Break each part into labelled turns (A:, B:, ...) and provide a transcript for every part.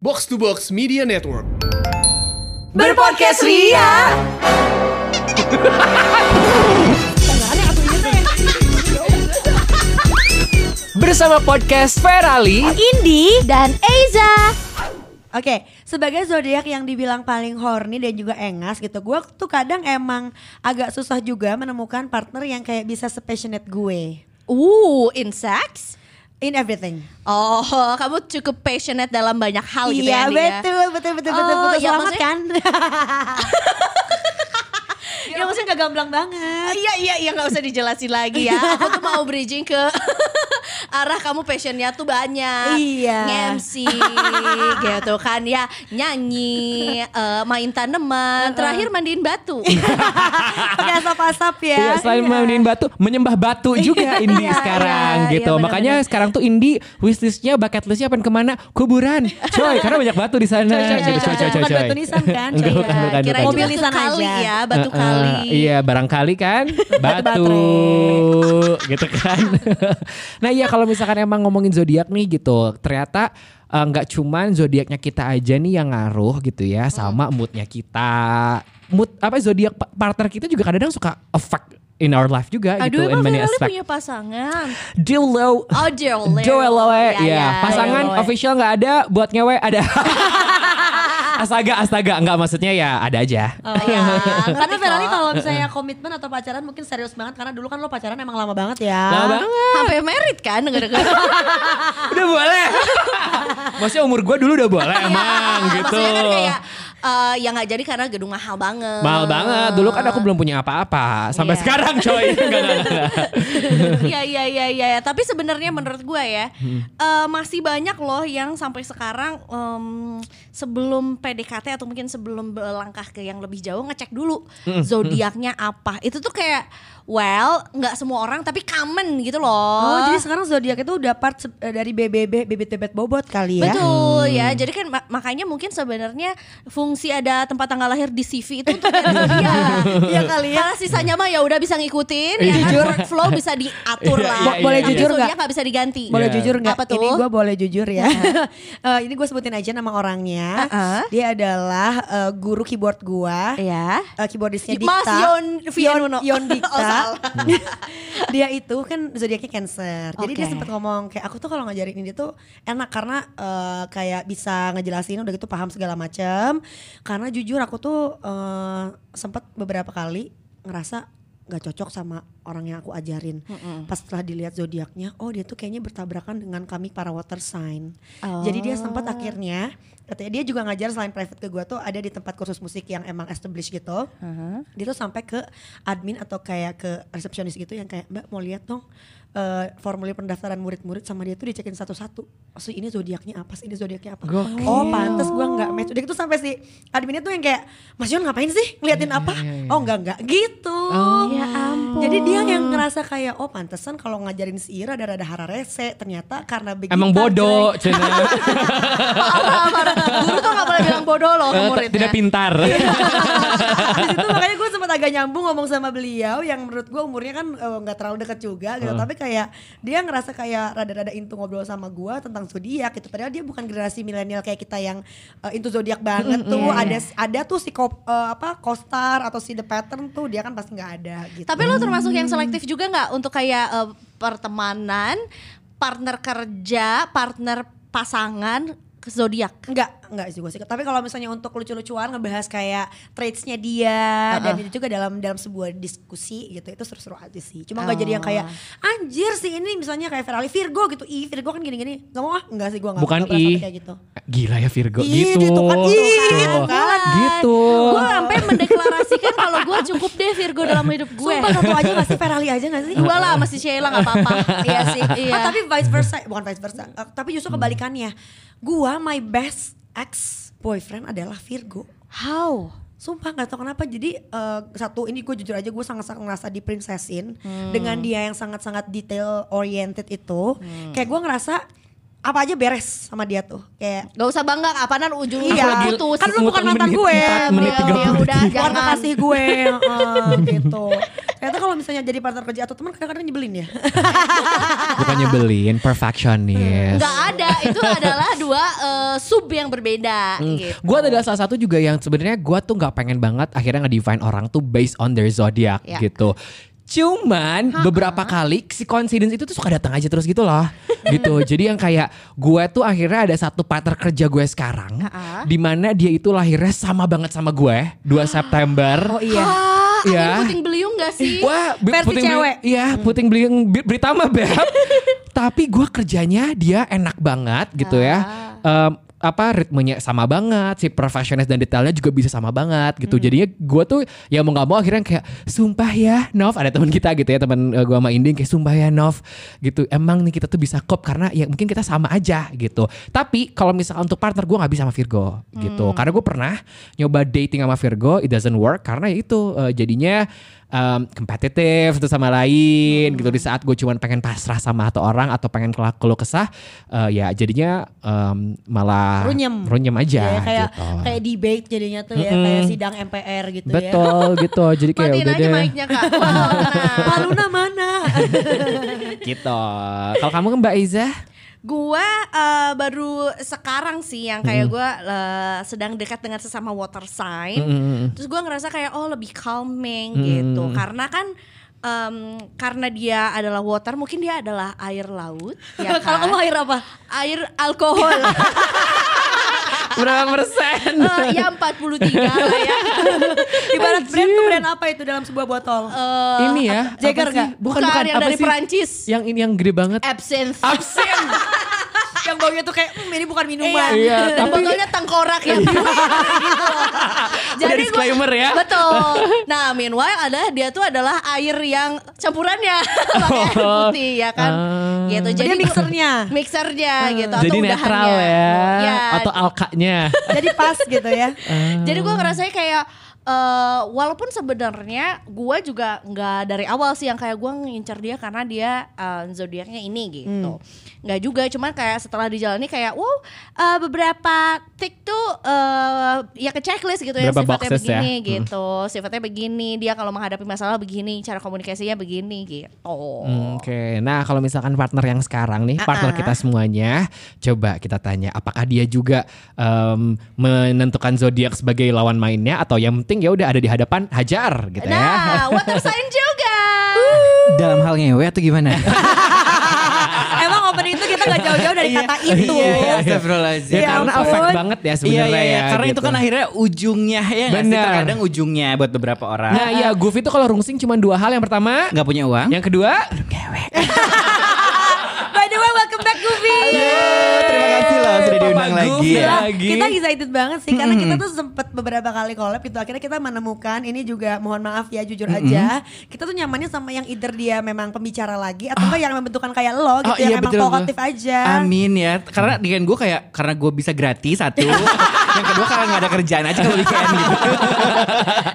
A: Box to Box Media Network.
B: Berpodcast Ria.
C: Bersama podcast Ferali
D: Indi dan Eiza.
B: Oke, sebagai zodiak yang dibilang paling horny dan juga engas gitu, gue tuh kadang emang agak susah juga menemukan partner yang kayak bisa sepassionate gue
D: Uh, insects.
B: in everything.
D: Oh, kamu cukup passionate dalam banyak hal gitu ya.
B: iya,
D: Andi, ya?
B: betul, betul, betul, betul,
D: Oh,
B: betul.
D: iya,
B: Selamat
D: maksudnya-
B: kan?
D: Ya, maksudnya
B: gak gamblang banget.
D: Iya iya iya nggak usah dijelasin lagi ya. Aku tuh mau bridging ke arah kamu passionnya tuh banyak.
B: Iya.
D: MC gitu kan ya nyanyi, eh, main tanaman, terakhir mandiin batu.
B: Pakai asap-asap ya.
C: Iya, selain
B: Iya.
C: mandiin batu, menyembah batu juga Indi
D: Iya,
C: sekarang
D: iya,
C: gitu.
D: iya, benar,
C: Makanya
D: benar.
C: sekarang tuh Indi wishlistnya, bucket listnya pengen kemana? Kuburan, coy. karena banyak batu di sana.
D: Coy, coy,
C: gitu.
D: coy, coy,
B: Iya, bukan batu nisan
D: Gitu
B: kan?
C: Enggak,
B: Coy,
C: bukan,
B: iya.
C: bukan,
D: Kirain
C: bukan.
D: cuma
B: Mobil
D: ya.
B: nisan
D: kali
B: aja.
D: ya, batu
C: Eh,
D: kali.
C: Iya, barangkali kan batu gitu kan. nah, iya kalau misalkan emang ngomongin zodiak nih gitu, ternyata eh, nggak cuman zodiaknya kita aja nih yang ngaruh gitu ya,
D: Hmm.
C: sama moodnya kita. Mood apa zodiak pa- partner kita juga kadang-kadang suka affect in our life juga
D: Aduh,
C: gitu in
D: emang
C: many
D: Ferrari
C: aspect.
D: punya pasangan.
C: Dildo
D: Oh, Joel. Iya,
C: Joeloe ya, pasangan
D: Joel Loe.
C: official nggak ada buat ngewe ada astaga astaga nggak maksudnya ya ada aja
B: Oh, iya. karena
D: Ngerti
B: Ferrari
D: kok.
B: kalau misalnya komitmen atau pacaran mungkin serius banget karena dulu kan lo pacaran emang lama banget ya.
C: Lama banget.
D: Sampai merit kan denger-denger.
C: udah boleh. Maksudnya umur gue dulu udah boleh
B: Iya.
C: emang gitu.
D: Maksudnya kan kayak eh, yang nggak jadi karena gedung mahal banget.
C: Mahal
B: eh,
C: banget. Dulu kan aku belum punya apa-apa. Sampai
D: Iya.
C: sekarang coy. Enggak, enggak, enggak.
D: Iya iya iya iya. ya. Tapi sebenarnya menurut gue ya
C: Hmm.
D: eh, masih banyak loh yang sampai sekarang em, sebelum PDKT atau mungkin sebelum langkah ke yang lebih jauh ngecek dulu
C: Hmm.
D: zodiaknya apa. Itu tuh kayak well nggak semua orang tapi common gitu loh.
B: Oh, jadi sekarang zodiak itu udah part se- eh, dari BBB, bebet-bebet bobot
C: Iya.
B: kali ya.
D: Betul ya. Jadi kan ma- makanya mungkin sebenarnya fungsi ada tempat tanggal lahir di CV itu untuk kayak dia.
B: Iya kali ya.
D: Karena sisanya mah ya udah bisa ngikutin ya kan workflow bisa diatur
C: Iya,
D: lah.
C: iya, Boleh iya,
B: jujur
D: Tapi
B: nggak?
D: zodiak nggak bisa diganti.
B: Boleh
C: Iya.
B: jujur nggak?
D: Apa tuh? Iya.
B: Ini gue boleh jujur ya. Eh, ini gue sebutin aja nama orangnya.
D: Heeh.
B: Dia adalah eh, guru keyboard gue.
D: Ya.
B: keyboardisnya Dikta.
D: Mas Yon Vianuno.
B: Yon
D: Oh,
B: Dikta.
D: salah.
B: dia itu kan zodiaknya Cancer. Jadi dia
D: Oke.
B: sempat ngomong kayak aku tuh kalau ngajarin dia tuh enak karena eh, kayak bisa ngejelasin udah gitu paham segala macam. Karena jujur aku tuh eh, sempat beberapa kali ngerasa nggak cocok sama orang yang aku ajarin. Pas setelah dilihat zodiaknya, oh dia tuh kayaknya bertabrakan dengan kami para water sign. Jadi dia sempat akhirnya katanya dia juga ngajar selain private ke gua tuh ada di tempat kursus musik yang emang established gitu. Dia tuh sampai ke admin atau kayak ke resepsionis gitu yang kayak Mbak mau lihat dong eh, formulir pendaftaran murid-murid sama dia tuh dicekin satu-satu. So ini zodiaknya apa sih? Ini zodiaknya apa?
C: Gokil.
B: Oh pantas gua nggak match. Udah gitu sampai si adminnya tuh yang kayak Mas Yon ngapain sih? Ngeliatin
C: Iya,
B: apa? Oh enggak enggak gitu.
C: Oh,
D: Ya ampun.
B: Jadi dia yang ngerasa kayak oh pantesan kalau ngajarin si Ira ada rada hara rese ternyata karena begitu
C: Emang bodoh, Eh, cina.
D: Guru tuh gak boleh bilang bodoh loh ke
B: ya.
D: muridnya.
C: Eh, Tidak pintar.
B: Iya. Habis itu makanya gue sempat agak nyambung ngomong sama beliau yang menurut gue umurnya kan eh, nggak terlalu dekat juga gitu tapi kayak dia ngerasa kayak rada-rada intu ngobrol sama gue tentang zodiak gitu padahal dia bukan generasi milenial kayak kita yang eh, intu zodiak banget tuh ada ada tuh si kop, eh, apa kostar atau si the pattern tuh dia kan pasti nggak ada gitu
D: Tapi lo termasuk yang selektif juga nggak untuk kayak eh, pertemanan, partner kerja, partner pasangan, ke zodiak.
B: Enggak, enggak sih gue sih. Tapi kalau misalnya untuk lucu-lucuan ngebahas kayak traitsnya dia dan itu juga dalam dalam sebuah diskusi gitu itu seru-seru aja sih. Cuma nggak jadi yang kayak
D: Oh.
B: anjir sih ini misalnya kayak Ferrari Virgo gitu. Ih Virgo kan gini-gini. Gak mau ah, enggak sih gue nggak
C: Bukan
B: nggak pernah
C: i.
B: sampai kayak gitu.
C: Gila ya Virgo
B: Ih,
C: gitu.
B: gitu kan, ih,
C: Tuh.
B: gitu kan.
C: Gitu.
D: Gue sampai mendeklarasikan kalau gue cukup deh Virgo dalam hidup gue.
B: Sumpah satu aja gak sih Ferrari aja gak sih?
D: Dua lah masih Sheila gak apa-apa. iya sih. Iya.
B: Ah, tapi vice versa, bukan vice versa. eh, tapi justru kebalikannya. Gua my best ex boyfriend adalah Virgo.
D: how?
B: Sumpah gak tau kenapa jadi eh, satu ini gue jujur aja gue sangat-sangat ngerasa diprinsesin
C: Hmm.
B: dengan dia yang sangat-sangat detail oriented itu
C: Hmm.
B: kayak gue ngerasa apa aja beres sama dia tuh kayak
D: Gak usah bangga, kapanan ujung
B: Iya,
C: Apalagi
D: putus.
B: kan lu bukan
C: gitu, Menit
B: mantan gue.
C: empat, menit
D: Bel,
C: tiga
D: ya
C: puluh
D: udah,
C: tiga.
D: jangan.
B: warna kasih gue eh, gitu ternyata kalau misalnya jadi partner kerja atau teman kadang-kadang nyebelin ya.
C: Bukan nyebelin,
B: Hmm.
C: perfectionist.
D: Nggak ada, itu adalah dua eh, sub yang berbeda gitu.
C: Gue adalah Hmm, salah satu juga yang sebenarnya gue tuh nggak pengen banget akhirnya nge-define orang tuh based on their zodiac
D: Ya.
C: gitu. Cuman beberapa kali si coincidence itu tuh suka datang aja terus gitu loh. gitu. Jadi yang kayak gue tuh akhirnya ada satu partner kerja gue sekarang
D: Ha-ha. Ah.
C: dimana dia itu lahirnya sama banget sama gue 2 September.
B: Oh iya.
D: Hah, ada
C: Ya.
D: yang puting beliung gak sih?
C: Wah, bi-
B: Versi
C: puting beliung-
B: cewek. Hmm.
C: Iya, puting beliung Bi- Britama beb. Tapi gue kerjanya dia enak banget gitu ya.
B: Ah.
C: Em, apa ritmenya sama banget, si profesionalis dan detailnya juga bisa sama banget
B: Hmm.
C: gitu. Jadinya gue tuh ya mau nggak mau akhirnya kayak sumpah ya Nov ada teman kita gitu ya teman gue sama Inding kayak sumpah ya Nov gitu. Emang nih kita tuh bisa kop karena ya mungkin kita sama aja gitu. Tapi kalau misalkan untuk partner gue nggak bisa sama Virgo gitu.
B: Hmm.
C: Karena gue pernah nyoba dating sama Virgo it doesn't work karena ya itu eh, jadinya um, kompetitif satu sama lain gitu
D: Hmm.
C: di saat gue cuman pengen pasrah sama satu orang atau pengen kelak keluh kesah eh, ya jadinya em, malah
B: Runyem.
C: aja
D: Iya,
B: Ya, kayak
C: gitu.
B: kayak debate jadinya tuh ya,
C: Mm-mm.
B: kayak sidang MPR gitu ya.
C: betul gitu jadi kayak
D: Matiin
C: udah
D: aja
C: deh
D: mic-nya kak. Wah, tenang.
B: Pak Luna mana?
C: gitu kalau kamu kan Mbak Iza
D: Gua eh, baru sekarang sih yang kayak gua eh, sedang dekat dengan sesama water sign.
C: Mm-mm.
D: Terus gua ngerasa kayak oh lebih calming
C: Hmm.
D: gitu. Karena kan em, karena dia adalah water, mungkin dia adalah air laut. Ya kan?
B: Kalau kamu akhir apa?
D: air alkohol
C: berapa persen
D: Eh, ya 43 lah ya.
B: Ibarat brand tuh brand apa itu dalam sebuah botol?
D: Eh,
C: ini ya apa
B: Jagger
C: sih?
B: nggak?
C: bukan bukan
D: yang
C: apa
D: dari
C: sih? Ya.
D: Perancis. Eh,
C: yang ini yang gede banget
D: Absinthe.
C: absen
B: yang baunya tuh kayak "Hmm, ini bukan
D: Iya,
B: minuman.
C: Iya,
D: dan
C: tapi- Iya.
D: botolnya tengkorak ya. gitu loh. gua-
C: disclaimer ya.
D: Betul. Nah, meanwhile ada dia tuh adalah air yang campurannya pakai air putih ya kan.
C: Oh. Ah.
D: Gitu.
B: Jadi
D: Jadi
B: Oh, mixernya.
D: mixernya gitu atau
C: jadi netral
D: udahannya.
C: ya,
D: Iya.
C: atau alkanya
B: Jadi pas gitu ya.
D: Jadi
C: Hmm.
D: gue ngerasanya kayak eh, walaupun sebenarnya gue juga nggak dari awal sih yang kayak gue ngincer dia karena dia eh, zodiaknya ini gitu.
C: Hmm.
D: Nggak juga, cuman kayak setelah dijalani kayak wow eh, beberapa tick tuh eh, ya ke checklist gitu ya
C: Beberapa
D: sifatnya
C: boxes ya.
D: begini
C: Hmm.
D: gitu, sifatnya begini dia kalau menghadapi masalah begini, cara komunikasinya begini gitu.
A: Oh.
C: Hmm, Oke, nah kalau misalkan partner yang sekarang nih, partner kita semuanya, coba kita tanya, apakah dia juga em, menentukan zodiak sebagai lawan mainnya atau yang penting ya udah ada di hadapan hajar gitu ya?
D: Nah, water sign juga.
A: Dalam hal ngewe atau gimana?
B: Emang opening itu kita gak jauh-jauh dari
C: Iya.
B: kata
D: iya
A: Iya,
B: itu.
A: Astagfirullahaladzim.
C: Ya, karena
B: ampun.
C: efek banget ya
A: Iya,
C: sebenarnya
A: iya, iya.
C: ya,
A: Karena itu
C: gitu.
A: kan akhirnya ujungnya ya nggak sih?
C: Benar.
A: Terkadang ujungnya buat beberapa orang.
C: Nah, ya Goof itu kalau rungsing cuma dua hal, yang pertama,
A: nggak punya uang.
C: yang kedua,
B: By the way, welcome back Gufi.
A: terima kasih loh sudah
C: Papa
A: diundang
C: Goof
A: lagi ya.
C: ya. lagi.
B: Kita excited banget sih karena kita tuh sempet beberapa kali collab gitu. Akhirnya kita menemukan ini juga mohon maaf ya jujur aja. Kita tuh nyamannya sama yang either dia memang pembicara lagi atau enggak yang membentukan kayak lo gitu
A: Ah. Oh, iya,
B: yang emang
A: betul, betul.
B: talkative aja.
A: Amin ya. Karena dengan gue kayak karena gue bisa gratis satu. yang kedua karena nggak ada kerjaan aja kalau weekend gitu.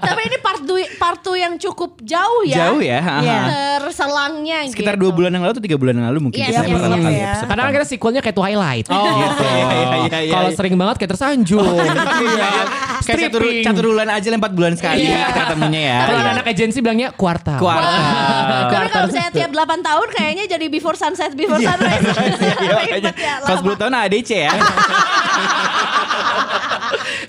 D: Tapi ini part dui- part two yang cukup jauh ya.
A: Jauh ya. ha-ha.
B: Iya.
D: Terselangnya
A: Sekitar
D: gitu.
A: dua bulan yang lalu atau tiga bulan yang lalu mungkin
D: Iya,
A: kita
D: iya,
A: pertama
B: iya,
A: kali
B: iya.
A: episode
C: karena kan kita sequelnya kayak Twilight. Oh, gitu.
A: gitu. Nah. iya, iya, iya, iya.
C: Kalau sering banget kayak tersanjung. Iya.
A: Kayak catur,
C: Stripping.
A: catur bulan aja lah, empat bulan sekali
C: Iya.
A: kita ketemunya ya. Iya,
C: Kalau anak agensi bilangnya kuartal.
A: Kuartal.
D: Tapi kalau misalnya tiap 8 tahun kayaknya jadi before sunset, before sunrise.
A: Iya, iya, makanya.
D: Ribet ya,
A: Kalau
D: lama.
A: 10 tahun ADC ya.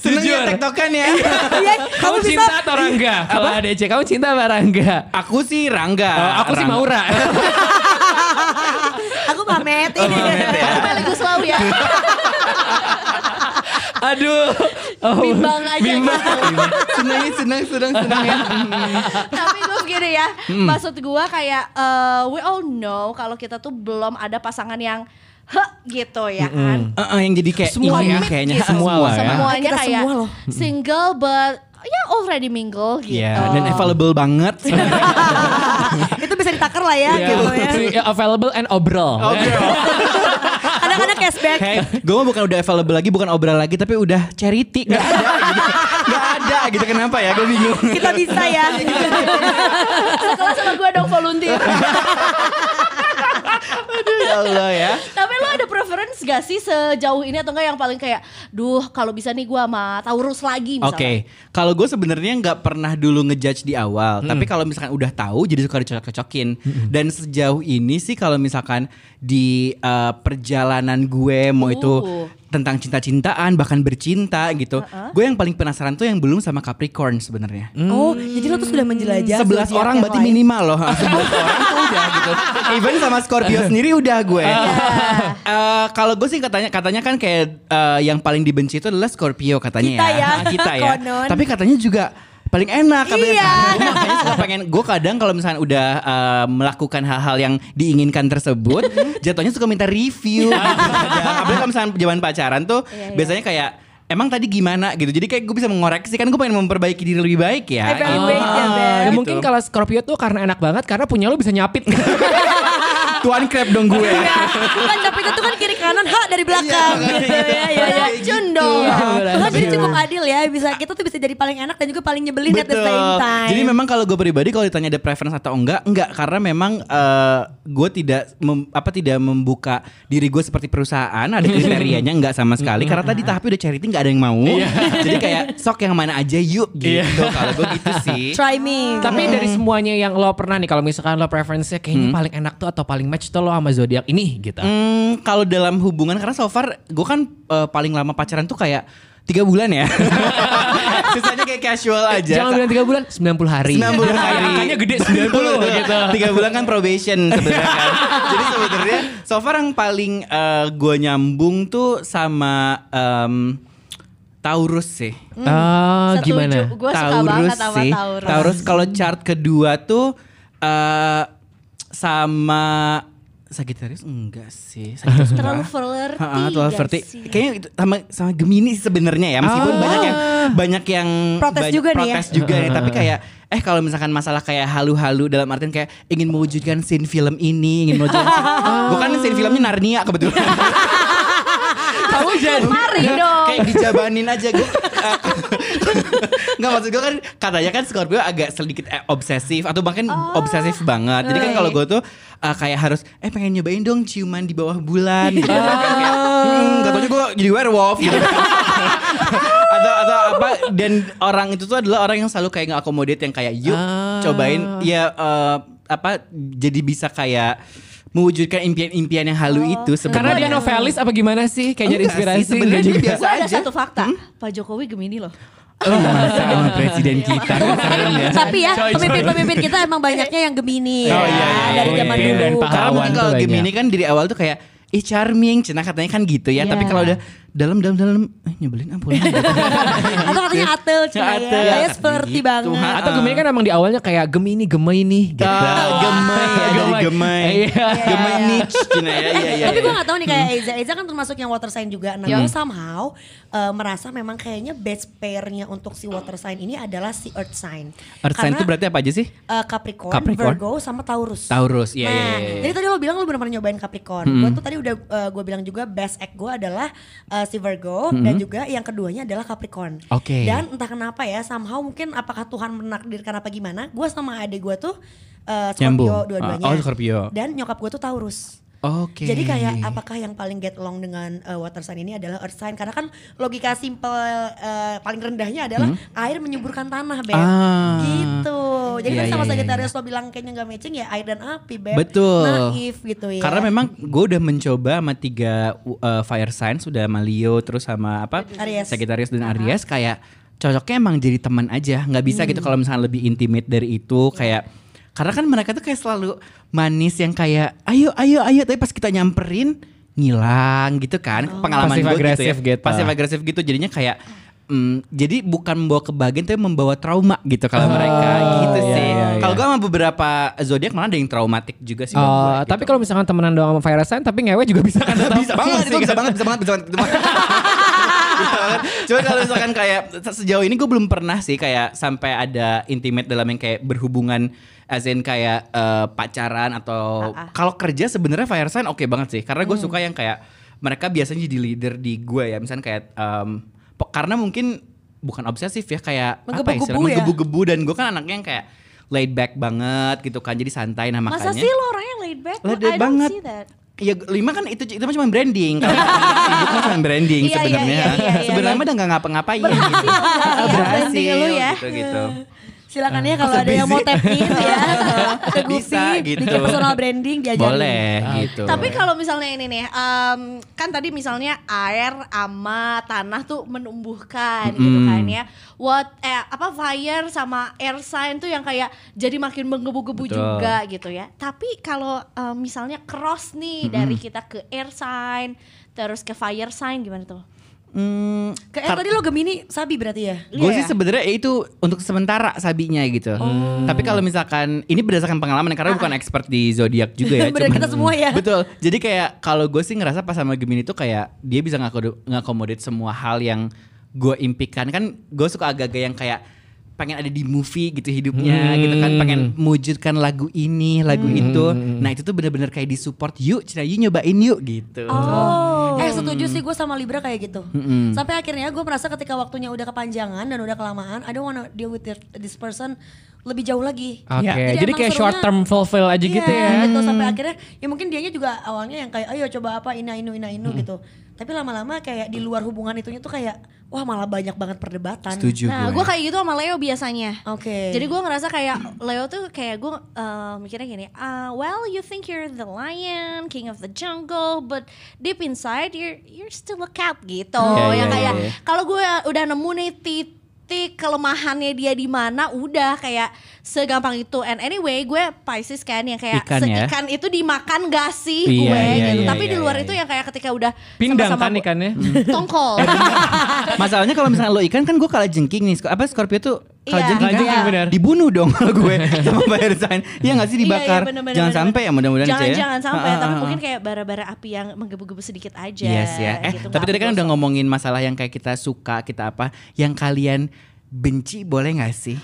A: Seneng ya
C: Jujur.
A: tektokan ya.
B: Iya,
C: Kamu, cinta atau Rangga?
A: Iya.
C: Kalau ADC kamu cinta sama Rangga?
A: Aku sih Rangga.
C: Oh, aku sih
A: Ah, Rangga.
C: Maura.
B: Aku iya. pamit.
D: Kamu Sekaligus selalu ya.
C: Aduh. Oh,
D: Bimbang aja gitu.
A: seneng, seneng, seneng, seneng ya.
D: Tapi gue gini ya. Maksud gue kayak eh, we all know kalau kita tuh belum ada pasangan yang heh gitu ya kan.
A: Eh, eh, yang jadi kayak
C: Semua
A: ini
C: ya.
A: kayaknya
D: Gitu.
A: semua lah ya.
D: Semuanya
B: Kita
D: kayak
B: semua loh.
D: single but ya already mingle gitu.
A: Iya, dan available banget.
B: Itu bisa ditakar lah ya
C: Iya.
B: gitu ya.
C: Free, Available and obrol.
B: Kadang-kadang cashback.
A: Kayak gue mah bukan udah available lagi, bukan obral lagi, tapi udah charity. Gak ada, gitu. Gak ada gitu kenapa ya? Gue bingung.
B: Kita bisa ya.
A: Iya.
D: Sekelas sama gue dong volunteer.
A: Aduh ya Allah ya.
D: Tapi lo ada preference gak sih sejauh ini atau enggak yang paling kayak, duh kalau bisa nih gue sama Taurus
A: Oke,
D: lagi misalnya.
A: kalau gue sebenarnya nggak pernah dulu ngejudge di awal, tapi kalau misalkan udah tahu jadi suka dicocok-cocokin. Dan sejauh ini sih kalau misalkan di eh, perjalanan gue mau itu
D: Uh.
A: tentang cinta-cintaan bahkan bercinta gitu, gue yang paling penasaran tuh yang belum sama Capricorn sebenarnya.
C: Hmm.
B: Oh, jadi lo tuh sudah menjelajah.
A: Sebelas
B: zodiak
A: orang
B: yang
A: berarti
B: lain.
A: minimal loh. Sebelas orang tuh udah gitu. Even sama Scorpio sendiri udah gue.
B: Iya.
A: Eh, Kalau gue sih katanya katanya kan kayak eh, yang paling dibenci itu adalah Scorpio katanya
B: Kita ya,
A: Nah, Kita ya.
B: konon.
A: Tapi katanya juga paling enak katanya.
B: Iya.
A: Gue makanya suka pengen gue kadang kalau misalnya udah eh, melakukan hal-hal yang diinginkan tersebut, jatuhnya suka minta review. gitu. Apalagi kalau misalnya zaman pacaran tuh
B: Iya,
A: biasanya kayak Emang tadi gimana gitu, jadi kayak gue bisa mengoreksi kan gue pengen memperbaiki diri lebih baik ya. gitu.
B: Evaluate ya, Beb.
C: Ah, Ya
A: gitu.
C: mungkin kalau Scorpio tuh karena enak banget karena punya lo bisa nyapit.
B: Iya,
A: Tuan crab dong gue.
D: Iya.
B: Kan tapi itu kan kiri kanan, ha dari belakang
A: Iya,
B: gitu ya. ya, ya.
D: Racun dong.
B: Lo jadi cukup adil ya, bisa kita tuh bisa jadi paling enak dan juga paling nyebelin at the same time.
A: Jadi memang kalau gue pribadi kalau ditanya ada preference atau enggak, enggak karena memang eh, gue tidak mem- apa tidak membuka diri gue seperti perusahaan ada kriterianya enggak sama sekali. karena tadi tahapnya udah charity enggak ada yang mau. Jadi kayak sok yang mana aja yuk gitu. Kalau gue gitu sih.
B: try me.
C: Tapi dari semuanya yang lo pernah nih kalau misalkan lo preferensinya kayaknya paling enak tuh atau paling match tuh lo sama zodiak ini gitu.
A: Hmm, kalau dalam hubungan karena so far gue kan eh, paling lama pacaran tuh kayak tiga bulan ya. Sisanya kayak casual aja.
C: Jangan bilang 3 bulan, 90 hari.
A: 90 hari.
C: Angkanya gede 90 gitu.
A: Tiga bulan kan probation sebenarnya kan. Jadi sebenarnya so far yang paling gue nyambung tuh sama em, Taurus sih.
B: Hmm.
C: Ah,
D: Setuju.
C: gimana?
D: Gua suka banget sama Taurus.
A: kalau chart kedua tuh eh sama Sagittarius enggak sih. Sagittarius
D: Terlalu
A: enggak.
D: flirty
A: Ha-ha,
D: gak
A: terlalu flirty.
D: sih?
A: Kayaknya itu sama sama Gemini sih sebenarnya ya, meskipun
C: Ah.
A: banyak yang banyak yang
B: Protes
A: banyak-
B: juga nih ya.
A: protes juga nih, tapi kayak eh kalau misalkan masalah kayak halu-halu dalam artian kayak ingin mewujudkan scene film ini, ingin mewujudkan scene, bukan scene filmnya Narnia kebetulan.
C: Kamu jadi
D: Mari dong.
A: kayak dijabanin aja gue. Enggak maksud gue kan katanya kan Scorpio agak sedikit eh, obsesif atau bahkan
C: Oh.
A: obsesif banget. Jadi kan kalau gue tuh eh, kayak harus eh pengen nyobain dong ciuman di bawah bulan gitu. Kan kayak,
C: Oh.
A: hmm, katanya gue jadi werewolf gitu. atau atau apa dan orang itu tuh adalah orang yang selalu kayak ngakomodit yang kayak yuk
C: Ah.
A: cobain ya eh, apa jadi bisa kayak mewujudkan impian-impian yang halu
C: Oh.
A: itu
C: Karena
A: sebenarnya
C: dia novelis apa gimana sih? Kayak
A: Enggak
C: jadi
A: sih,
C: inspirasi gitu.
A: sebenarnya
C: dia
A: dia
C: juga.
A: biasa
D: Gue ada
A: aja. Hmm?
D: satu fakta, Pak Jokowi Gemini loh.
A: Oh, masa emang presiden kita kan serem ya.
B: Tapi ya pemimpin-pemimpin kita emang banyaknya yang gemini
A: Oh,
B: ya,
A: iya, iya,
B: dari
A: iya,
B: zaman
A: iya.
B: dulu.
C: Dan
A: Karena
C: pahlawan
A: mungkin
C: tuh
A: kalau
C: banyak.
A: Gemini kan dari awal tuh kayak Ih charming, Cina katanya kan gitu ya. Tapi
D: Iya.
A: kalau udah dalam dalam dalam eh, nyebelin ampun.
B: Atau katanya atel cuma ya.
A: Iya. Atel.
B: Kayak seperti
A: Gitu,
B: banget.
A: ha.
C: Atau Gemini kan emang di awalnya kayak Gemini, Gemini gitu.
A: Ah, gemai, ya, dari
C: Gemai.
A: gemai.
C: Iya.
A: Gemai niche Cina ya. Iya, iya,
B: Tapi gue
A: iya.
B: gak tau nih kayak Eza Eza kan termasuk yang water sign juga Nah gue somehow eh, merasa memang kayaknya best pairnya untuk si water sign ini adalah si earth sign
A: Earth sign
B: Karena,
A: itu berarti apa aja sih?
B: eh, Capricorn,
A: Capricorn.
B: Virgo, sama Taurus
A: Taurus, iya,
B: Nah,
A: iya, iya, iya.
B: Jadi tadi lo bilang lo benar-benar nyobain Capricorn Gue tuh tadi udah gue bilang juga best act gue adalah eh, si Virgo Dan juga yang keduanya adalah Capricorn
C: Oke.
B: Dan entah kenapa ya somehow mungkin apakah Tuhan menakdirkan apa gimana Gue sama adik gue tuh eh, Scorpio
A: Nyambung.
B: dua-duanya
A: Oh, Scorpio.
B: Dan nyokap gue tuh Taurus
A: Oke.
B: jadi kayak apakah yang paling get along dengan uh, water sign ini adalah earth sign karena kan logika simple uh, paling rendahnya adalah air menyuburkan tanah, Beb.
A: Hmm? Ah.
B: Gitu. Jadi
A: Iya,
B: kan
A: iya,
B: sama
A: iya,
B: Sagittarius lo bilang kayaknya nggak matching ya air dan api, Beb.
A: Betul.
B: Naif gitu ya.
A: Karena memang gue udah mencoba sama tiga uh, fire sign sudah sama Leo terus sama apa
B: Aries.
A: Sagittarius dan Aries kayak cocoknya emang jadi teman aja nggak bisa
B: Hmm.
A: gitu kalau misalnya lebih intimate dari itu
B: Iya.
A: kayak karena kan mereka tuh kayak selalu manis yang kayak ayo ayo ayo tapi pas kita nyamperin ngilang gitu kan
B: Oh.
A: pengalaman gue gitu ya
C: Pasif-agresif gitu.
A: pasif agresif gitu jadinya kayak mm, jadi bukan membawa kebahagiaan tapi membawa trauma gitu kalau mereka gitu
C: Oh. iya,
A: sih
C: iya,
A: kalau
C: iya.
A: gue sama beberapa zodiak malah ada yang traumatik juga sih buat
C: Oh,
A: gua, gitu.
C: tapi kalau misalkan temenan doang sama Fire Sign tapi ngewe juga bisa kan tetap.
A: bisa banget itu bisa banget bisa banget bisa banget bisa banget. Bisa banget. Cuma kalau misalkan kayak se- sejauh ini gue belum pernah sih kayak sampai ada intimate dalam yang kayak berhubungan as in kayak eh, pacaran atau kalau kerja sebenarnya fire sign oke banget sih karena gue suka yang kayak mereka biasanya jadi leader di gue ya misalnya kayak em, pe- karena mungkin bukan obsesif ya kayak apa
B: Menggebu-gebu
A: istilahnya
B: ya?
A: menggebu-gebu dan gue kan anaknya yang kayak laid back banget gitu kan jadi santai nah makanya
D: Masa sih lo orangnya laid back?
A: Laid back
D: No, I don't
A: banget.
D: see that.
A: Ya lima kan itu itu mah cuma branding. Kalau sibuk mah cuma branding
D: Iya, iya,
A: sebenarnya.
D: iya, iya, iya.
A: sebenarnya mah udah nggak ngapa-ngapain. Berhasil,
D: branding lu ya.
A: gitu gitu. Ah.
B: Silakan ya kalau ada yang mau tap in ya. Ke Gupi,
A: Bisa, gitu.
B: bikin personal branding diajarin.
A: Boleh gitu.
D: Tapi kalau misalnya ini nih, em, kan tadi misalnya air, ama, tanah tuh menumbuhkan gitu
A: Mm-mm.
D: kan ya. What eh, apa fire sama air sign tuh yang kayak jadi makin menggebu-gebu
A: Betul.
D: juga gitu ya. Tapi kalau em, misalnya cross nih
A: Hmm.
D: dari kita ke air sign terus ke fire sign gimana tuh?
A: hmm,
B: Ke, eh tadi lo Gemini Sabi berarti ya?
A: gue
D: Iya
A: sih
D: ya?
A: sebenarnya ya itu untuk sementara sabinya gitu.
B: Oh.
A: Tapi kalau misalkan ini berdasarkan pengalaman ya, karena bukan expert di zodiak juga ya.
B: Ah. Bener,
A: cuman-
B: kita semua ya.
A: Betul. Jadi kayak kalau gue sih ngerasa pas sama Gemini tuh kayak dia bisa ngako- ngakomodit semua hal yang gue impikan kan gue suka agak-agak yang kayak pengen ada di movie gitu hidupnya
C: Hmm.
A: gitu kan pengen mewujudkan lagu ini lagu
B: Hmm.
A: itu nah itu tuh bener-bener kayak di support yuk Cina yuk nyobain yuk gitu
B: Oh. Eh setuju sih gue sama Libra kayak gitu.
A: Mm-mm.
B: Sampai akhirnya gue merasa ketika waktunya udah kepanjangan dan udah kelamaan, I don't wanna deal with it- this person lebih jauh lagi.
C: Oke,
A: Ya.
B: Jadi
C: jadi,
B: emang
C: kayak
B: serunya-
C: short term fulfill aja gitu
B: Iya,
C: ya.
B: gitu. sampai akhirnya ya mungkin dianya juga awalnya yang kayak ayo coba apa ina inu ina inu gitu. Tapi lama-lama kayak di luar hubungan itunya tuh kayak wah malah banyak banget perdebatan.
A: setuju gue
D: Nah, gue kayak gitu sama Leo biasanya.
B: Oke.
D: Jadi gue ngerasa kayak Leo tuh kayak gue uh, mikirnya gini, uh, well you think you're the lion, king of the jungle, but deep inside you're you're still a cat gitu.
A: Iya, iya,
D: yang kayak
A: iya.
D: kalau gue udah nemu nih titik kelemahannya dia di mana, udah kayak segampang itu. And anyway, gue Pisces kan yang kayak
A: Ikan ya.
D: seikan itu dimakan gak sih
A: Iya,
D: gue
A: iya,
D: gitu.
A: iya,
D: Tapi di
A: iya,
D: luar
A: iya.
D: itu yang kayak ketika udah
C: Pindang
D: sama-sama
C: kan ikannya.
D: tongkol.
A: Eh, Masalahnya kalau misalnya lo ikan kan gue kalah jengking nih. Sk- Apa Scorpio tuh kalau
D: Iya.
A: jengking,
C: Kalah jengking,
A: kan?
C: benar.
A: Dibunuh dong kalau gue sama Fire Sign. Iya gak sih
D: Iya, iya,
A: dibakar. jangan
D: bener-bener, bener-bener.
A: sampai ya mudah-mudahan
D: jangan
A: Cah, ya.
D: jangan sampai
A: Ah, ah,
D: tapi
A: ah,
D: mungkin
A: ah.
D: kayak bara-bara api yang menggebu-gebu sedikit aja
A: Yes ya. Eh,
D: gitu,
A: tapi
D: nggak
A: tadi kan udah
D: gosok.
A: ngomongin masalah yang kayak kita suka, kita apa, yang kalian benci boleh gak sih?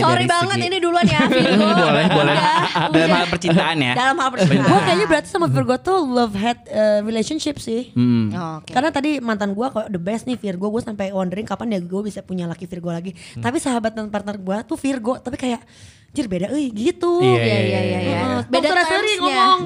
A: Kayak
D: sorry
A: dari
D: banget
A: segi-
D: ini duluan ya Virgo
A: boleh, boleh.
D: Udah,
A: Dalam
D: udah.
A: hal percintaan ya.
D: Iya. dalam hal percintaan
B: Gue kayaknya berarti sama Virgo tuh love hate uh, relationship sih.
A: Hmm.
D: Oke.
B: Karena tadi mantan gua kok the best nih Virgo, gue sampai wondering kapan ya gue bisa punya laki Virgo lagi. Tapi sahabat dan partner gua tuh Virgo, tapi kayak jir beda euy gitu.
C: Iya,
D: iya iya iya iya
B: Heeh, Dokter Asri
D: terms-nya.
B: ngomong.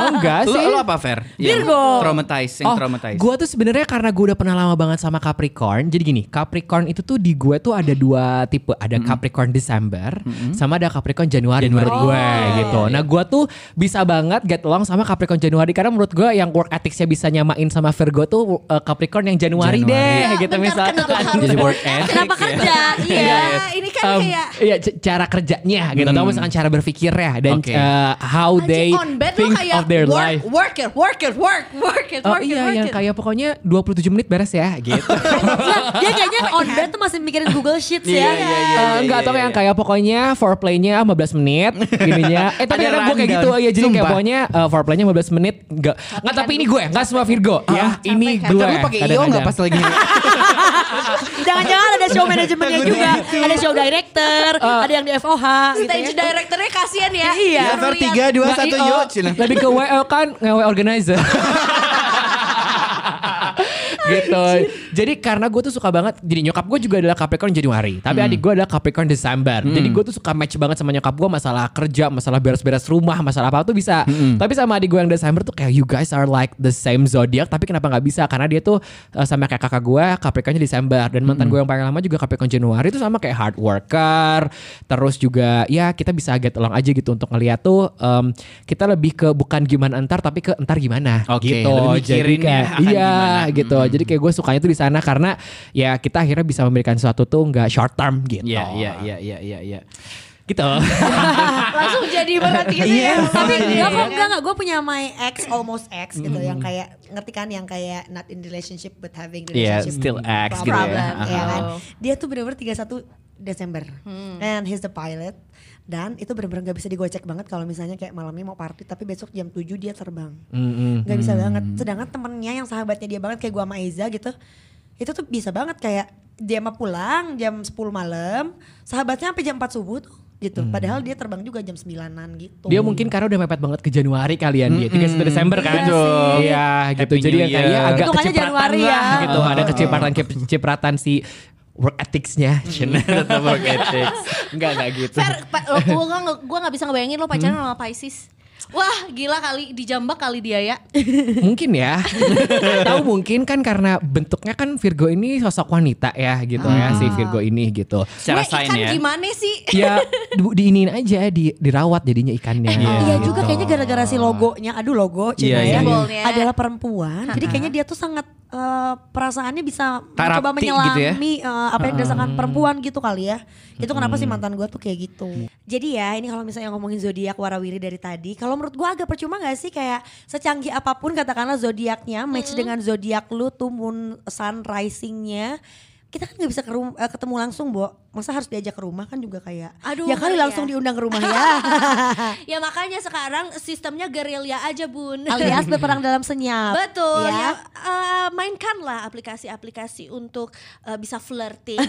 C: Oh, enggak
A: Lo,
C: sih.
A: lo apa Fer? Yang
B: Virgo.
A: Traumatized, yang traumatized.
C: Gue Oh, tuh sebenarnya karena gue udah pernah lama banget sama Capricorn. Jadi gini, Capricorn itu tuh di gue tuh ada dua tipe. Ada
A: Mm-hmm.
C: Capricorn Desember, sama ada Capricorn
A: Januari.
C: Januari, menurut gue
A: Oh.
C: gitu. Nah gue tuh bisa banget get along sama Capricorn Januari karena menurut gue yang work ethicsnya bisa nyamain sama Virgo tuh uh, Capricorn yang Januari,
A: Januari.
C: deh,
D: Ya,
C: gitu
D: bentar,
C: misalnya.
D: kenapa harus
A: Jadi work
D: eh,
A: ethics
D: kenapa
A: ya.
D: kerja iya ini kan
C: Um,
D: kayak
C: iya, c- cara kerjanya gitu atau misalkan cara berpikirnya dan
A: Hmm. Oke.
C: uh,
A: Um,
C: how
D: anjing,
C: they
D: on bed lo
C: think
D: kayak
C: of their
D: work,
C: life.
D: work it work it work work it
C: Oh
D: work it
C: iya
D: work
C: yang
D: it.
C: kayak pokoknya 27 menit beres ya gitu.
B: Dia kayaknya on bed tuh masih mikirin Google Sheets
A: Iya,
B: ya.
A: iya, iya,
C: Eh,
A: iya,
C: enggak
A: iya,
C: atau
A: iya.
C: yang kayak pokoknya foreplaynya 15 menit gininya eh tapi
A: Ada
C: kadang gue kayak gitu
A: rundown.
C: ya jadi kayak
A: Sumpah.
C: pokoknya eh, foreplaynya 15 menit enggak enggak tapi ini gue enggak semua Virgo
A: Iya,
C: ya
D: capek
C: ini
D: kan.
C: gue
A: Bentar, lo pakai IO nggak pas
D: Iya,
A: lagi?
B: Jangan-jangan ada show manajemennya
A: Takutnya
B: juga, ada show director, ada yang di FOH gitu
D: stage
B: ya.
D: directornya kasihan ya
B: Iya.
A: Ya, Fer, tiga, dua,
C: Nggak,
A: satu,
C: IO.
A: yuk. Cina.
C: lebih ke WO kan ngewe organizer gitu jadi karena gue tuh suka banget jadi nyokap gue juga adalah Capricorn Januari
A: Hmm.
C: tapi adik gue adalah Capricorn Desember jadi gue tuh suka match banget sama nyokap gue masalah kerja masalah beres-beres rumah masalah apa tuh bisa
A: Hmm.
C: tapi sama adik gue yang Desember tuh kayak you guys are like the same zodiac tapi kenapa nggak bisa karena dia tuh eh, sama kayak kakak gue Capricornnya Desember dan mantan
A: Hmm.
C: gue yang paling lama juga Capricorn Januari itu sama kayak hard worker terus juga ya kita bisa get along aja gitu untuk ngeliat tuh em, kita lebih ke bukan gimana entar tapi ke entar gimana
A: Oke,
C: gitu
A: lebih mikirin ya
C: kayak-
A: akan
C: iya
A: gimana.
C: gitu jadi kayak gue sukanya tuh di sana karena ya kita akhirnya bisa memberikan sesuatu tuh nggak short term gitu
A: Iya, iya, iya, iya, iya, iya.
C: gitu
D: langsung jadi berat gitu ya
B: Tapi enggak kok,
D: Iya.
B: enggak, enggak. Gue punya my ex, almost ex gitu. Yang kayak, ngerti kan yang kayak not in relationship but having
A: Iya,
B: relationship
A: still ex gitu
B: problem.
A: ya.
B: iya
A: Aha.
B: kan? Dia tuh bener-bener 31 Desember. And he's the pilot. Dan itu bener-bener gak bisa digocek banget kalau misalnya kayak malamnya mau party tapi besok jam 7 dia terbang. Gak bisa banget. Sedangkan temennya yang sahabatnya dia banget kayak gua sama Aiza gitu. Itu tuh bisa banget kayak dia mah pulang jam 10 malam, sahabatnya sampai jam 4 subuh tuh gitu. Padahal dia terbang juga jam 9-an gitu.
C: dia mungkin karena udah mepet banget ke Januari kalian dia 31 Desember
B: Iya
C: kan
B: sih.
C: iya gitu
A: Happy
C: jadi
A: New
C: yang kayak iya,
A: Year.
C: agak
B: Hitungannya
C: kecipratan
B: Januari
C: lah
B: ya.
C: gitu ada kecipratan kecipratan si work ethicsnya
A: Cina tetap work ethics.
C: enggak enggak gitu
D: Fer, pa- lo- gua nggak nge- gua nggak bisa ngebayangin lo pacaran sama Pisces. Wah, gila kali dijambak kali dia ya.
C: mungkin ya tahu mungkin kan karena bentuknya kan Virgo ini sosok wanita ya gitu ya si Virgo ini gitu
A: Secara
D: Gue
A: sign
D: ikan
A: ya.
D: kan gimana sih?
C: ya di- diiniin aja di, dirawat jadinya ikannya
A: Iya.
B: Iya juga
C: gitu.
B: kayaknya gara-gara si logonya, aduh logo Cina
A: Iya, iya,
B: ya,
D: iya.
B: adalah perempuan. Jadi kayaknya dia tuh sangat eh, perasaannya bisa
A: Tarapti
B: coba
A: gitu ya.
B: menyelami eh, apa yang dirasakan perempuan gitu kali ya. Itu kenapa sih mantan gue tuh kayak gitu. Jadi ya ini kalau misalnya ngomongin zodiak warawiri dari tadi, kalau menurut gue agak percuma gak sih kayak secanggih apapun katakanlah zodiaknya match dengan zodiak lu tuh moon sun risingnya. Kita kan gak bisa ke rum- eh, ketemu langsung, Bo. Masa harus diajak ke rumah kan juga kayak.
D: Aduh,
B: ya kali
D: ngeri
B: langsung
D: ya.
B: diundang ke rumah ya.
D: Ya makanya sekarang sistemnya gerilya aja bun.
B: alias berperang dalam senyap.
D: Betul ya,
B: Ya.
D: eh, mainkanlah aplikasi-aplikasi untuk eh, bisa flirting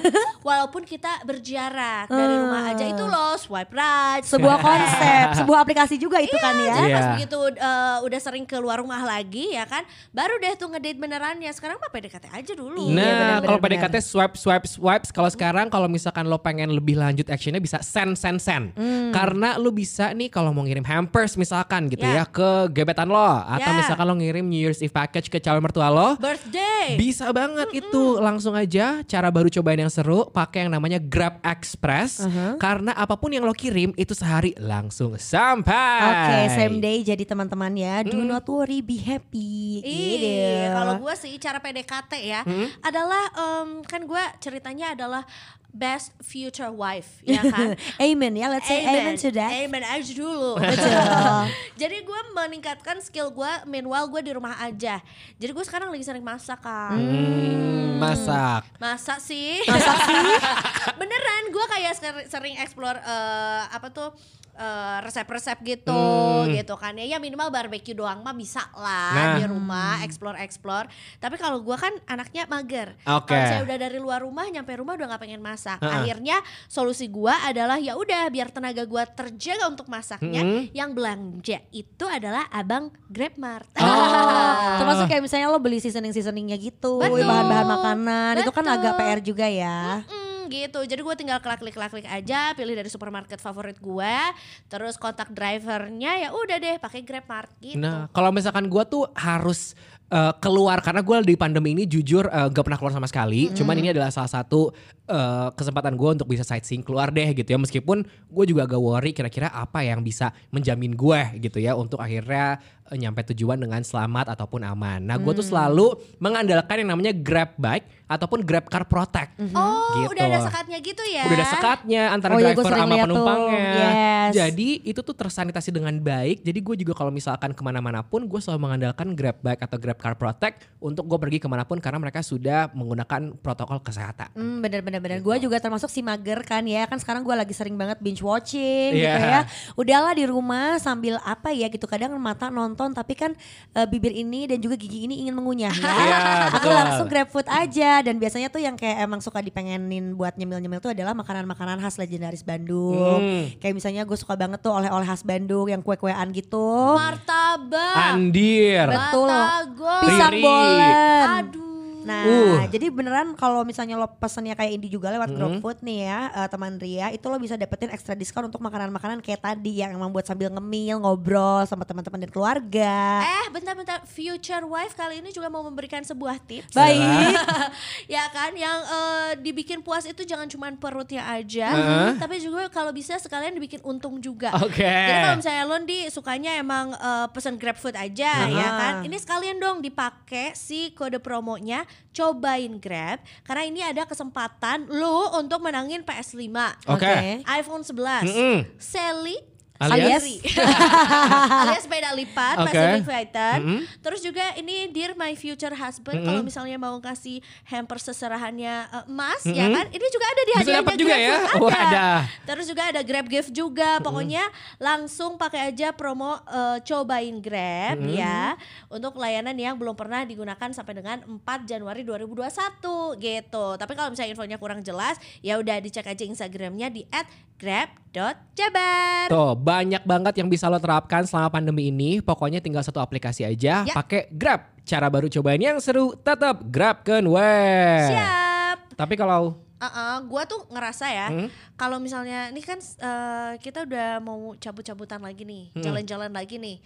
D: walaupun kita berjarak dari rumah aja itu loh swipe right, swipe left.
B: Sebuah konsep, sebuah aplikasi juga itu kan ya.
D: Jadi pas
C: Iya.
D: begitu eh, udah sering keluar rumah lagi ya kan, baru deh tuh ngedate beneran ya. Sekarang mah PDKT aja dulu.
B: Iya,
C: Nah,
B: benar-benar,
C: kalau
B: benar.
C: PDKT swipe swipe swipe, kalau sekarang kalau misalkan lo pengen lebih lanjut actionnya bisa send send send.
B: Hmm.
C: Karena lo bisa nih kalau mau ngirim hampers misalkan gitu
D: Ya.
C: ya ke gebetan lo atau
D: Ya.
C: misalkan lo ngirim New Year's Eve package ke calon mertua lo.
D: Birthday.
C: Bisa banget itu langsung aja cara baru cobain yang seru pakai yang namanya Grab Express
B: Uh-huh.
C: karena apapun yang lo kirim itu sehari langsung sampai.
B: Oke, same day jadi teman-teman ya. Do not worry, be happy. Gitu.
D: Iya, kalau gue sih cara PDKT ya
B: Hmm?
D: adalah em, kan gue ceritanya adalah best future wife ya kan.
B: Amen ya, let's say amen, to that.
D: Amen aja dulu. Jadi gue meningkatkan skill gue meanwhile gue di rumah aja. Jadi gue sekarang lagi sering masak kan.
C: Hmm, masak.
D: Masa sih? Masa sih? Beneran gue kayak ser- sering explore eh, apa tuh eh, resep-resep gitu gitu kan ya. Ya minimal barbeque doang mah bisa lah
C: Hmm. Nah.
D: di rumah explore-explore. Tapi kalau gue kan anaknya mager.
C: Oke.
D: Kalau saya udah dari luar rumah nyampe rumah udah nggak pengen masak.
C: Heeh.
D: Akhirnya solusi gue adalah ya udah biar tenaga gue terjaga untuk masaknya.
C: Mm-mm.
D: Yang belanja itu adalah abang Grabmart.
C: Oh.
B: Termasuk kayak misalnya lo beli seasoning-seasoningnya gitu,
D: Betul.
B: bahan-bahan makanan, itu kan
D: Betul.
B: agak PR juga ya.
D: Mm, gitu jadi gue tinggal klik klik klik klik aja pilih dari supermarket favorit gue terus kontak drivernya ya udah deh pakai grab mart gitu
C: Nah, kalau misalkan gua tuh harus uh, keluar karena gua di pandemi ini jujur uh, gak pernah keluar sama sekali. Cuman ini adalah salah satu uh, kesempatan gua untuk bisa sightseeing keluar deh gitu ya. Meskipun gue juga agak worry kira-kira apa yang bisa menjamin gue gitu ya untuk akhirnya uh, nyampe tujuan dengan selamat ataupun aman. Nah, gua tuh selalu mengandalkan yang namanya Grab Bike ataupun Grab Car Protect.
D: oh
C: Gitu.
D: udah ada sekatnya gitu ya
C: Udah ada sekatnya antara
B: Iya. Oh iya, gua
C: driver
B: sering
C: sama
B: liat tuh.
C: penumpangnya.
B: Yes.
C: Jadi itu tuh tersanitasi dengan baik. Jadi gue juga kalau misalkan kemana-mana pun gue selalu mengandalkan Grab Bike atau Grab Car Protect untuk gue pergi kemanapun karena mereka sudah menggunakan protokol kesehatan.
B: Hmm, bener bener bener.
C: Gitu.
B: Gue juga termasuk si mager kan ya. Kan sekarang gue lagi sering banget binge watching gitu ya.
C: Iya.
B: Udahlah di rumah sambil apa ya gitu. Kadang mata nonton tapi kan eh, bibir ini dan juga gigi ini ingin mengunyah ya.
C: Iya,
B: Aku
C: betul.
B: langsung grab food aja. Dan biasanya tuh yang kayak emang suka dipengenin buat nyemil-nyemil tuh adalah makanan-makanan khas legendaris Bandung.
C: Hmm.
B: Kayak misalnya gue suka banget tuh oleh-oleh khas Bandung yang kue-kuean gitu.
D: martabak
C: Andir.
B: Ah. Betul.
D: batagor
B: Pisang
C: Riri.
B: bolen.
D: aduh
B: Nah,
C: Uh.
B: jadi beneran kalau misalnya lo pesennya kayak Indi juga lewat GrabFood nih ya, eh, teman Ria, itu lo bisa dapetin ekstra diskon untuk makanan-makanan kayak tadi yang emang buat sambil ngemil, ngobrol sama teman-teman dan keluarga.
D: Eh bentar-bentar Future Wife kali ini juga mau memberikan sebuah tips
B: Baik.
D: Ya kan Yang eh, dibikin puas itu jangan cuma perutnya aja
C: Heeh.
D: Tapi juga kalau bisa sekalian dibikin untung juga
C: Oke.
D: Jadi kalau misalnya Londi sukanya emang eh, pesan grab food aja ya
B: Aha.
D: kan Ini sekalian dong dipakai si kode promonya Cobain grab Karena ini ada kesempatan lu untuk menangin PS5
C: Oke.
D: iPhone 11
C: Mm-mm.
D: Sally
C: Alias?
D: Siri. alias sepeda lipat
C: Oke.
D: masih invited
C: Mm-mm.
D: terus juga ini dear my future husband kalau misalnya mau kasih hamper seserahannya eh, emas ya
C: Mm-mm.
D: kan ini juga ada di
C: Bisa
D: hadiahnya
C: dapat juga
D: Grab
C: ya?
D: Food,
C: Oh, ada.
B: kan?
D: terus juga ada grab gift juga pokoknya langsung pakai aja promo eh, cobain grab ya untuk layanan yang belum pernah digunakan sampai dengan 4 Januari 2021 gitu tapi kalau misalnya infonya kurang jelas ya udah dicek aja instagramnya di @grab.jabar
C: Tuh, banyak banget yang bisa lo terapkan selama pandemi ini. Pokoknya tinggal satu aplikasi aja,
D: Ya.
C: pakai Grab. Cara baru cobain yang seru tetap Grab kan weh.
D: Siap.
C: Tapi kalau
D: uh-uh, gua tuh ngerasa ya
A: Hmm?
D: kalau misalnya ini kan eh, kita udah mau cabut-cabutan lagi nih,
A: Hmm.
D: jalan-jalan lagi nih.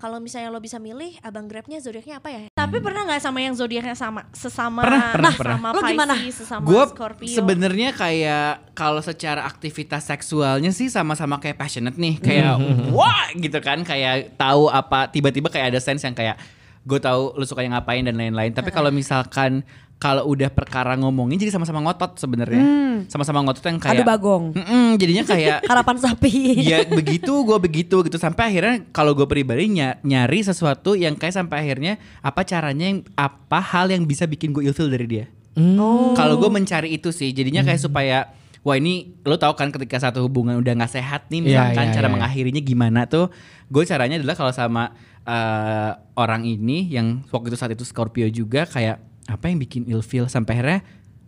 D: Kalau misalnya lo bisa milih abang grabnya zodiaknya apa ya? Tapi pernah nggak sama yang zodiaknya sama sesama
A: Hmm. Pernah,
D: Nah,
A: pernah, pernah.
D: sama
B: Lo gimana?
D: Pisces, sesama
A: Gue
D: Scorpio?
A: sebenarnya kayak kalau secara aktivitas seksualnya sih sama-sama kayak passionate nih, kayak wah gitu kan, kayak tahu apa tiba-tiba kayak ada sense yang kayak gue tahu lu suka yang ngapain dan lain-lain. Tapi kalau misalkan kalau udah perkara ngomongin jadi sama-sama ngotot sebenarnya,
D: Hmm.
A: sama-sama ngotot yang kayak
B: Adu bagong.
A: Mm-mm, jadinya kayak
B: Karapan sapi.
A: ya begitu gue begitu gitu sampai akhirnya kalau gue pribadi ny- nyari sesuatu yang kayak sampai akhirnya apa caranya yang apa hal yang bisa bikin gue ilfil dari dia
C: Oh.
A: kalau gue mencari itu sih jadinya
C: Hmm.
A: kayak supaya wah ini lo tau kan ketika satu hubungan udah nggak sehat nih
C: Iya,
A: misalkan
C: iya,
A: cara
C: iya.
A: mengakhirinya gimana tuh gue caranya adalah kalau sama eh, orang ini yang waktu itu saat itu Scorpio juga kayak apa yang bikin ilfil sampai akhirnya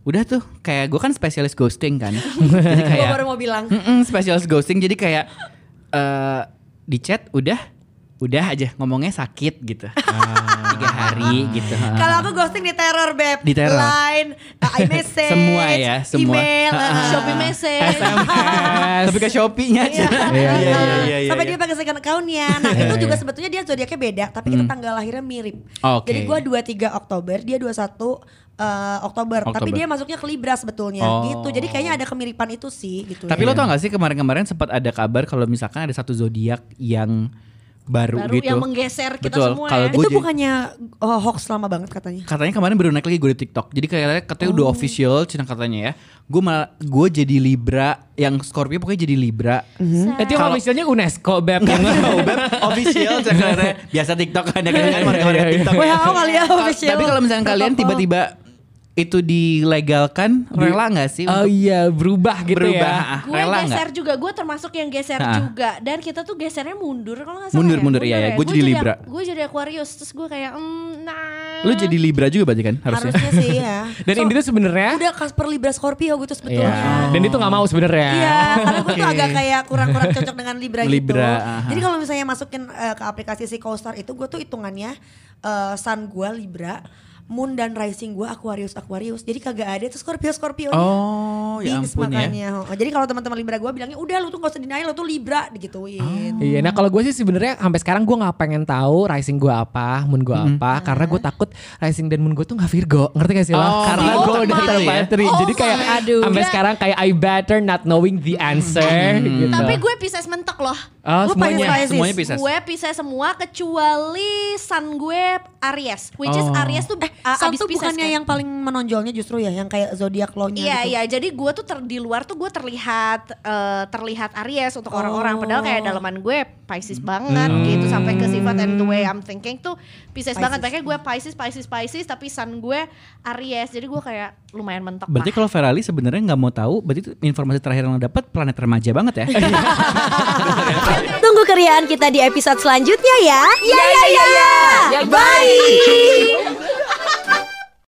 A: udah tuh kayak gue kan spesialis ghosting kan jadi
B: Gue
A: kayak
B: baru mau bilang.
A: Mm-mm, specialist ghosting jadi kayak eh di chat udah udah aja ngomongnya sakit gitu
C: Ah.
A: tiga hari gitu
B: Kalau aku ghosting di teror beb,
A: Di teror.
B: line, uh, iMessage,
A: Semua ya, semua. ah.
B: email, uh,
D: Shopee
B: shopping message.
D: message.
C: Yes.
A: tapi ke shopee aja
C: Iya, iya,
B: Nah, Sampai dia pakai second account-nya. Nah,
C: Iya,
B: itu
C: iya. Hmm.
B: juga sebetulnya dia zodiaknya beda, tapi kita tanggal lahirnya mirip.
A: Oke.
B: Jadi gua 23 Oktober, dia 21 eh, Oktober, tapi
A: Oktober.
B: dia masuknya ke Libra sebetulnya
A: Oh.
B: gitu. Jadi kayaknya ada kemiripan itu sih gitu.
A: tapi lo tau gak sih kemarin-kemarin sempat ada kabar kalau misalkan ada satu zodiak yang baru,
D: Baru
A: gitu
D: yang menggeser kita
A: Betul,
D: semua
A: kalau gua
D: ya.
B: Eh, itu
A: jadi-
B: bukannya oh, hoax lama banget katanya.
A: katanya kemarin baru naik lagi gue di TikTok. Jadi kayak katanya udah official Cina katanya ya. Gue malah gue jadi Libra yang Scorpio pokoknya jadi Libra.
C: Itu yang
A: Kalau-
C: officialnya UNESCO Beb.
A: official Cina katanya. biasa TikTok kan kan kan
B: Iya,
A: warga-warga TikTok.
B: WHO kali ya
A: Kal-
B: official.
A: Tapi kalau misalnya kalian
B: Protokol.
A: tiba-tiba itu dilegalkan,
B: Iya.
A: rela nggak sih
C: Oh
A: untuk
C: iya, berubah gitu
A: berubah?
C: ya.
A: Ah,
D: Gue
A: rela
D: geser
A: nggak?
D: juga, gue termasuk yang geser
A: Ah.
D: juga Dan kita tuh gesernya mundur kalau gak salah
A: Mundur,
D: ya.
A: mundur, iya, iya. Gua
D: Gua
A: jadi Libra.
D: Gue jadi Aquarius, terus gue kayak mm, nah
A: Lu jadi Libra juga berarti kan harusnya.
B: Harusnya sih ya.
C: Dan ini tuh sebenarnya
B: udah Kasper Libra Scorpio gitu
C: Iya.
B: sebetulnya.
C: Dan itu nggak mau sebenarnya.
B: Iya, karena gue tuh
A: Oke.
B: agak kayak kurang-kurang cocok dengan Libra, gitu.
A: Libra, aha.
B: Jadi kalau misalnya masukin eh, ke aplikasi si CoStar itu gue tuh hitungannya eh, sun gue Libra, moon dan rising gue Aquarius Aquarius. Jadi kagak ada itu Scorpio Scorpio.
A: Oh, ya ampun ya.
B: makanya. Oh, Jadi kalau teman-teman Libra gue bilangnya udah lu tuh gak usah denial lu tuh Libra digituin.
C: Iya, nah kalau gue sih sebenarnya sampai sekarang gue nggak pengen tahu rising gue apa, moon gue apa, karena gue takut rising dan moon gue tuh nggak Virgo, ngerti gak sih lah?
A: Oh,
C: karena
A: oh
C: gue udah
A: my-
C: terpatri,
D: Oh
C: jadi kayak
D: my- aduh.
C: sampai sekarang kayak I better not knowing the answer. gitu.
A: Nah.
D: Tapi gue Pisces mentok loh
C: Oh,
B: Lu Pisces.
C: semuanya.
A: Ah, Eh, Semuanya Pisces.
D: Gue Pisces semua kecuali sun gue Aries Which is
C: Oh.
D: Aries tuh eh,
B: Sun
D: abis
B: tuh
D: Pisces
B: bukannya
D: kan.
B: yang paling menonjolnya justru ya yang kayak zodiak lo nya
D: Iya
B: gitu.
D: iya jadi gue tuh ter, di luar tuh gue terlihat eh, terlihat Aries untuk orang-orang padahal
B: Oh.
D: kayak dalaman gue Pisces
A: Hmm.
D: banget gitu sampai ke sifat and the
B: Hmm.
D: way I'm thinking tuh Pisces, banget makanya gue Pisces Pisces Pisces tapi sun gue Aries jadi gue kayak lumayan mentok
A: Berarti
D: lah.
A: kalau Ferali sebenarnya nggak mau tahu, berarti itu informasi terakhir yang lo dapat planet remaja banget ya.
E: Tunggu keriaan kita di episode selanjutnya ya. Ya ya ya. ya. Bye.